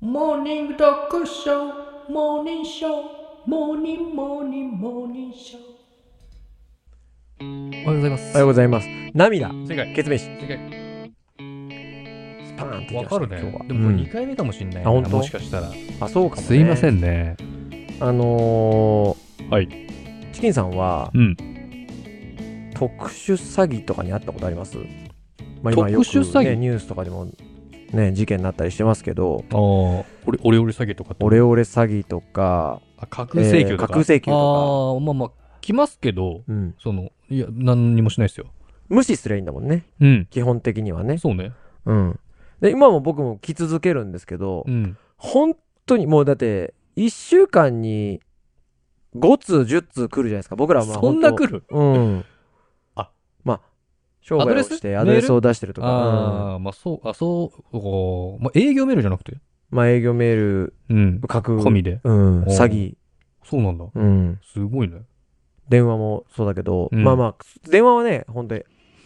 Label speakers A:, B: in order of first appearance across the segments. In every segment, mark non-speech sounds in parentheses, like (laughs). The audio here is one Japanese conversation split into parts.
A: モーニングトークショー、モーニングショー、モーニングモーニングモーニングショー。
B: おはようございます。
C: おはようございます。涙、
B: 正解。
C: 決命し、
B: 正解。
C: スパーンっ
B: わ
C: てきました
B: かるね。
C: 今日は。
B: でもこれ
C: うん
B: 2回目かもしんないな、
C: あ本当
B: もしかしたら。
C: あ、そうかも、ね。
D: すいませ。んね。
C: あの
D: はい。
C: ー、チキンさんは、
D: うん。
C: 特殊詐欺とかにあったことあります、まあ、
D: 特
C: 今よく、
D: 殊詐欺
C: ね、ニュースとかでも、ね、事件になったりしてますけど、
D: ああ。オ
B: 俺、俺、俺詐欺とかって。
C: オレオレ詐欺とか、
B: あ架空請
C: え
B: 求
C: ー
B: と
C: 架
B: か。
C: 空請求と
D: ああ、まあまあ、来ますけど、
C: か、うん、
D: その、いや、何にもしないですよ。
C: 無視すりゃいいんだもんね、
D: うん。
C: 基本的にはね。
D: そうね。
C: うん、で今も僕も来続けるんですけど、
D: うん。
C: 本当にもうだって、1週間に5通、10通来るじゃないですか、僕らはまあ
D: そんな
C: 本当
D: 来る
C: うん。
B: あ、
C: まあ、商売をしてア
D: ア
C: ド
D: ド
C: レ
D: レス
C: スを出してるとか、うん
D: ああ、まあそう、あ、そう、おーまあ営業メールじゃなくて。
C: まあ営業メール、
D: うん。
C: 架空、
D: 込みで。
C: うん、
D: おう
C: 詐欺、
D: そうなんだ。
C: うん、
D: すごいね。
C: 電話もそうだけど、
D: うん
C: まあまあ、電話はね、本当に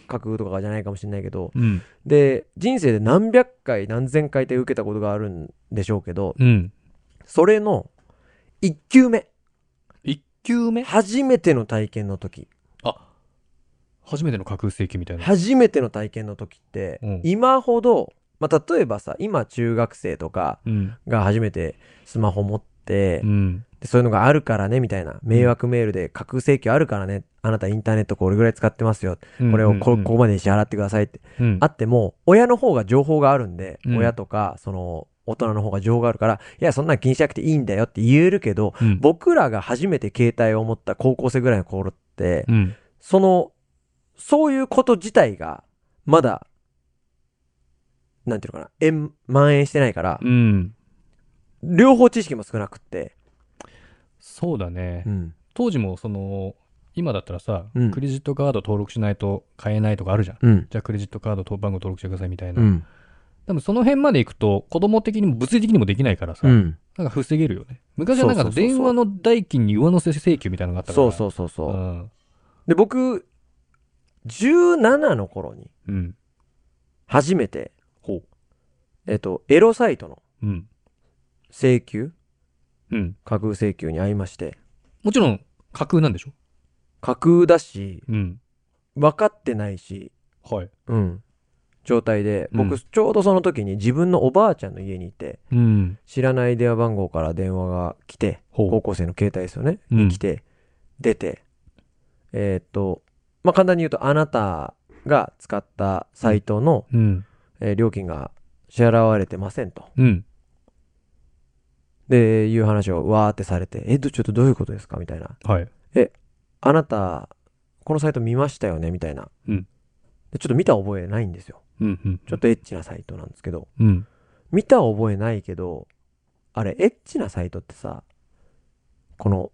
C: 架空とかじゃないかもしれないけど、
D: うん。
C: で、人生で何百回、何千回って受けたことがあるんでしょうけど、
D: うん。
C: それの1球目、
D: 1球目
C: 初めての体験の時、
D: あ、初めての架空請求みたいな。
C: 初めての体験の時って、
D: うん
C: 今ほど、まあ例えばさ、今中学生とか、
D: うん。
C: が初めてスマホ持って、
D: うん。
C: でそういうのがあるからねみたいな迷惑メールで架空請求あるからねあなたインターネットこれぐらい使ってますよ、これをこ,、ここまでに支払ってくださいって、
D: うん
C: あっても親の方が情報があるんで、
D: うん
C: 親とかその大人の方が情報があるからいやそんなん気にしなくていいんだよって言えるけど
D: うん。
C: 僕らが初めて携帯を持った高校生ぐらいの頃って、
D: うん。
C: そのそういうこと自体がまだなんていうのかな円蔓延してないから、
D: うん。
C: 両方知識も少なくって、
D: そうだね
C: う。ん、
D: 当時もその今だったらさ、
C: うん
D: クレジットカード登録しないと買えないとかあるじゃん
C: うん。
D: じゃあクレジットカードと番号登録してくださいみたいな、
C: うん。
D: 多分その辺まで行くと子供的にも物理的にもできないからさ、
C: うん。
D: なんか防げるよね昔はなんか
C: そうそうそうそう
D: 電話の代金に上乗せ請求みたいなのがあったから
C: そうそううそう
D: そ
C: そうう。
D: ん、
C: で、僕、17の頃に、
D: うん
C: 初めて、
D: ほ
C: えっと、エロサイトの
D: ううん
C: 請求、
D: うん
C: 架空請求に会いまして、
D: もちろん架空なんでしょ
C: 架空だし、
D: うん
C: 分かってないし、
D: はい
C: うん。状態で、僕、
D: うん
C: ちょうどその時に自分のおばあちゃんの家にいて、
D: うん
C: 知らない電話番号から電話が来て、
D: ほう
C: 高校生の携帯ですよね。
D: うん
C: 来て、出て、えーっと、まあ、簡単に言うと、あなたが使ったサイトの、
D: うん
C: えー料金が支払われてませんと。
D: うん
C: で、いう話をわーってされて、え、どちょっとどういうことですかみたいな。
D: はい
C: あなた、このサイト見ましたよねみたいな。
D: うん
C: でちょっと見た覚えないんですよ。
D: うんうん
C: ちょっとエッチなサイトなんですけど。
D: うん
C: 見た覚えないけど、あれ、エッチなサイトってさ、この、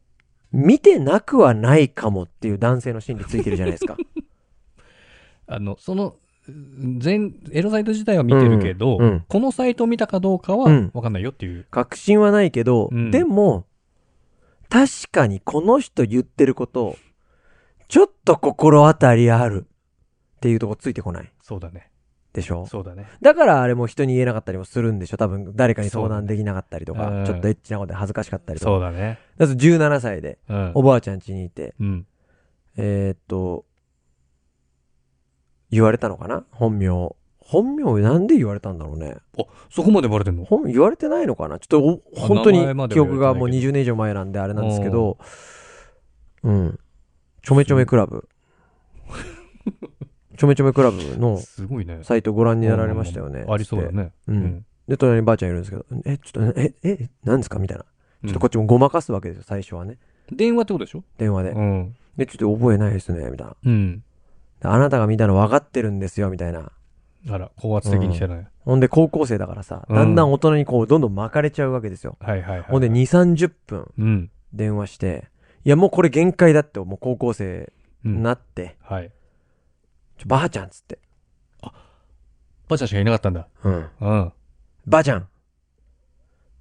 C: 見てなくはないかもっていう男性の心理ついてるじゃないですか。
D: あのその全エロサイト自体は見てるけど、
C: うんうん
D: このサイトを見たかどうか
C: う
D: は
C: ん
D: 分かんないよっていう、
C: 確信はないけど、
D: うん
C: でも、確かにこの人言ってること、ちょっと心当たりあるっていうとこついてこない
D: そうだね
C: でしょ
D: そうだね
C: だからあれも人に言えなかったりもするんでしょ多分誰かに相談できなかったりと
D: そう
C: か
D: う、ん
C: ちょっとエッチなことで恥ずかしかったりとか。
D: そうだね
C: だと17歳で、
D: うん
C: おばあちゃん家にいて、
D: うん。
C: えーっと、言われたのかな本名。本名なんで言われたんだろうね。
D: あ、そこまでバレてんの
C: 本言われてないのかなちょっとお
D: あ
C: 本当
D: 名前ま
C: に
D: で
C: 記
D: は言
C: 憶
D: われてない
C: が
D: けど
C: もう20年以上前なんであれなんですけど、うん。ちょめちょめク
D: (laughs)
C: ラブ。ちょめちょめクラブの
D: すごいね。
C: サイトご覧になられましたよね。
D: ありそうだ
C: つって。
D: ね。
C: う。。
D: うん
C: で、隣にばあちゃんいるんですけど、え、ちょっと、え、え、何ですかみたいな。ちょっとこっちもごまかすわけですよ、最初はね。
D: 電話ってことでしょ
C: 電話で
D: う。ん。
C: で、ちょっと覚えないですね、みたいな。
D: うん。
C: であなたが見たの分かってるんですよ、みたいな。
D: あら、高圧的にしてない。
C: ほんで、高校生だからさ、
D: うん
C: だんだん大人にこう、どんどん巻かれちゃうわけですよ。
D: はいはいはい。
C: ほんで、2、30分。
D: うん。
C: 電話して、いや、もうこれ限界だって、もう高校生
D: うん。
C: なって、
D: はい。
C: ちょ、ばあちゃんっつって、
D: ばあちゃんしかいなかったんだ。
C: うん。
D: うん。
C: ばあちゃん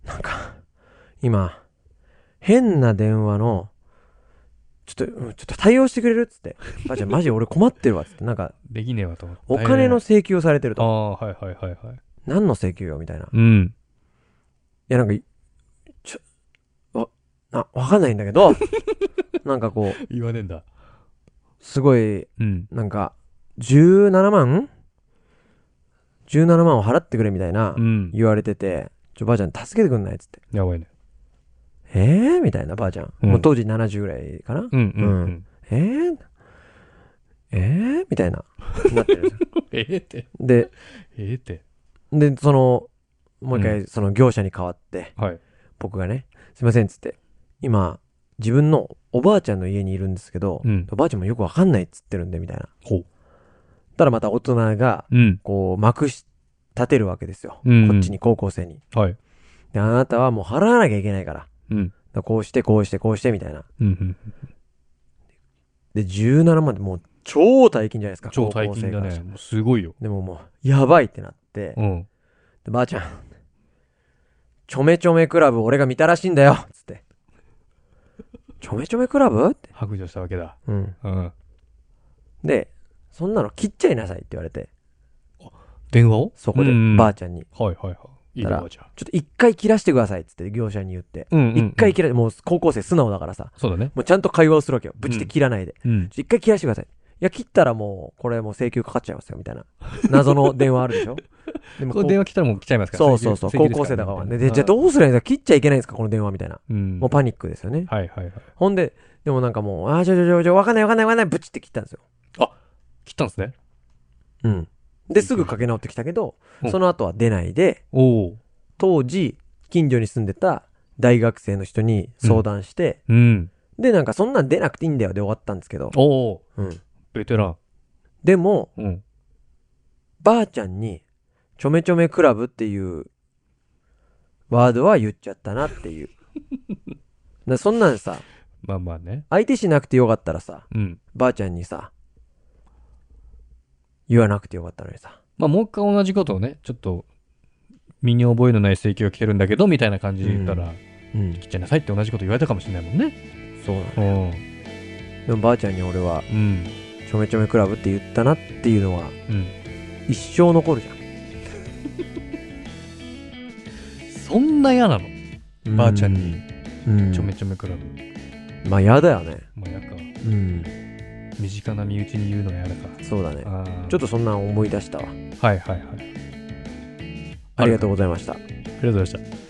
C: なんか、今、変な電話の、ちょっと、うんちょっと対応してくれるっつって、ばあちゃんマジ俺困ってるわっつって、なんか、
D: できねえわと思って。
C: お金の請求をされてる
D: あ
C: と。
D: あ、はいはいはいはい。
C: 何の請求よみたいな。
D: うん。
C: や、なんか、ちょ、わ、あ、わかんないんだけど、なんかこう、
D: 言わねえんだ。
C: すごい、
D: うん。
C: なんか、17万 ?17 万を払ってくれみたいな
D: う、ん。
C: 言われてて、ちょ、ばあちゃん助けてくんないっつって。
D: やばいね。
C: えーみたいな、ばあちゃん。
D: うん
C: もう当時70ぐらいかな、
D: うんうんう。
C: うんえーえーみたいな、なってるん
D: (laughs)
C: ですよ
D: (laughs) ええって。
C: で、
D: ええって。
C: で、その、もう一回、その業者に代わって、
D: はい。
C: 僕がね、すいませんっつって、今、自分のおばあちゃんの家にいるんですけど、
D: うん
C: おばあちゃんもよくわかんないっつってるんで、みたいな。
D: ほう。
C: たらまた大人が、
D: うん。
C: こう、まくし、立てるわけですよ。
D: うん
C: こっちに、高校生に。
D: はい。
C: で、あなたはもう払わなきゃいけないから。だか
D: うん。
C: らこうして、こうして、こうして、みたいな。
D: うんうん。
C: で、17万でもう超大金じゃないですか。
D: 超大金だ
C: 高校生からし
D: ね。
C: て
D: もうすごいよ。
C: でももう、やばいってなって、
D: うん。
C: でばあちゃん、ちょめちょめクラブ俺が見たらしいんだよつって。ちょめちょめクラブって。
D: 白状したわけだ。
C: うん。
D: うん。
C: で、そんなの切っちゃいなさいって言われて、
D: 電話を
C: そこで
D: うん、
C: ばあちゃんに。
D: はいはいはい。いい
C: たら
D: ばあちゃん。
C: ちょっと一回切らしてくださいっつって、業者に言って。
D: うん
C: 一回。切ら、もう高校生素直だからさ。
D: そうだね。
C: もうちゃんと会話をするわけよ。ぶちって切らないで。
D: うん。
C: ちょ一回切らしてください。いや、切ったらもう、これもう請求かかっちゃいますよ、みたいな。謎の電話あ
D: (laughs)
C: るでしょでも
D: これ電話来たらもう来ちゃいますから
C: そうそうそう、
D: 請求
C: 高
D: です
C: 校
D: ら
C: 生だからね。
D: みたい
C: で、
D: な
C: じゃあどうすればいいんですか切っちゃいけないんですかこの電話みたいな。
D: うん。
C: もうパニックですよね。
D: はいはいはい。
C: ほんで、でもなんかもう、あー、ちょちょちょちょ、わかんないわかんないわかんない、ブチって切ったんですよ。
D: 切ったんですね。
C: うん。で、すぐかけ直ってきたけど
D: う、ん
C: その後は出ないで、
D: おお。
C: 当時、近所に住んでた大学生の人に相談して、
D: うん。
C: で、なんかそんなん出なくていいんだよで終わったんですけど、
D: おお。
C: うん。
D: ベテラン。
C: でも、
D: うん。
C: ばあちゃんに、ちょめちょめクラブっていう、ワードは言っちゃったなっ
D: (laughs)
C: ていう。なそんなんさ、
D: まあまあね。
C: 相手しなくてよかったらさ、
D: うん。
C: ばあちゃんにさ、言わなくてよかったのにさ。
D: まあもう一回同じことをね、ちょっと、身に覚えのない請求が来てるんだけど、みたいな感じで言ったら、
C: うん、
D: 切っちゃいなさいって同じこと言われたかもしれないもんね。
C: そうなの。
D: う
C: でもばあちゃんに俺は、
D: ん。うん。
C: ちょめちょめクラブって言ったなっていうのは、
D: うん。
C: 一生残るじゃ
D: そんな嫌なの
C: ん。
D: ばあちゃんに、
C: うん、
D: ちょめちょめクラブ。
C: まあ、やだよね。
D: まあ、やか。
C: うん、
D: 身近な身内に言うのはやだか。
C: そうだね。
D: ああ。
C: ちょっとそんなん思い出したわ。
D: と。はいはいはい。
C: ありがとうございました。
D: ありがとうございました。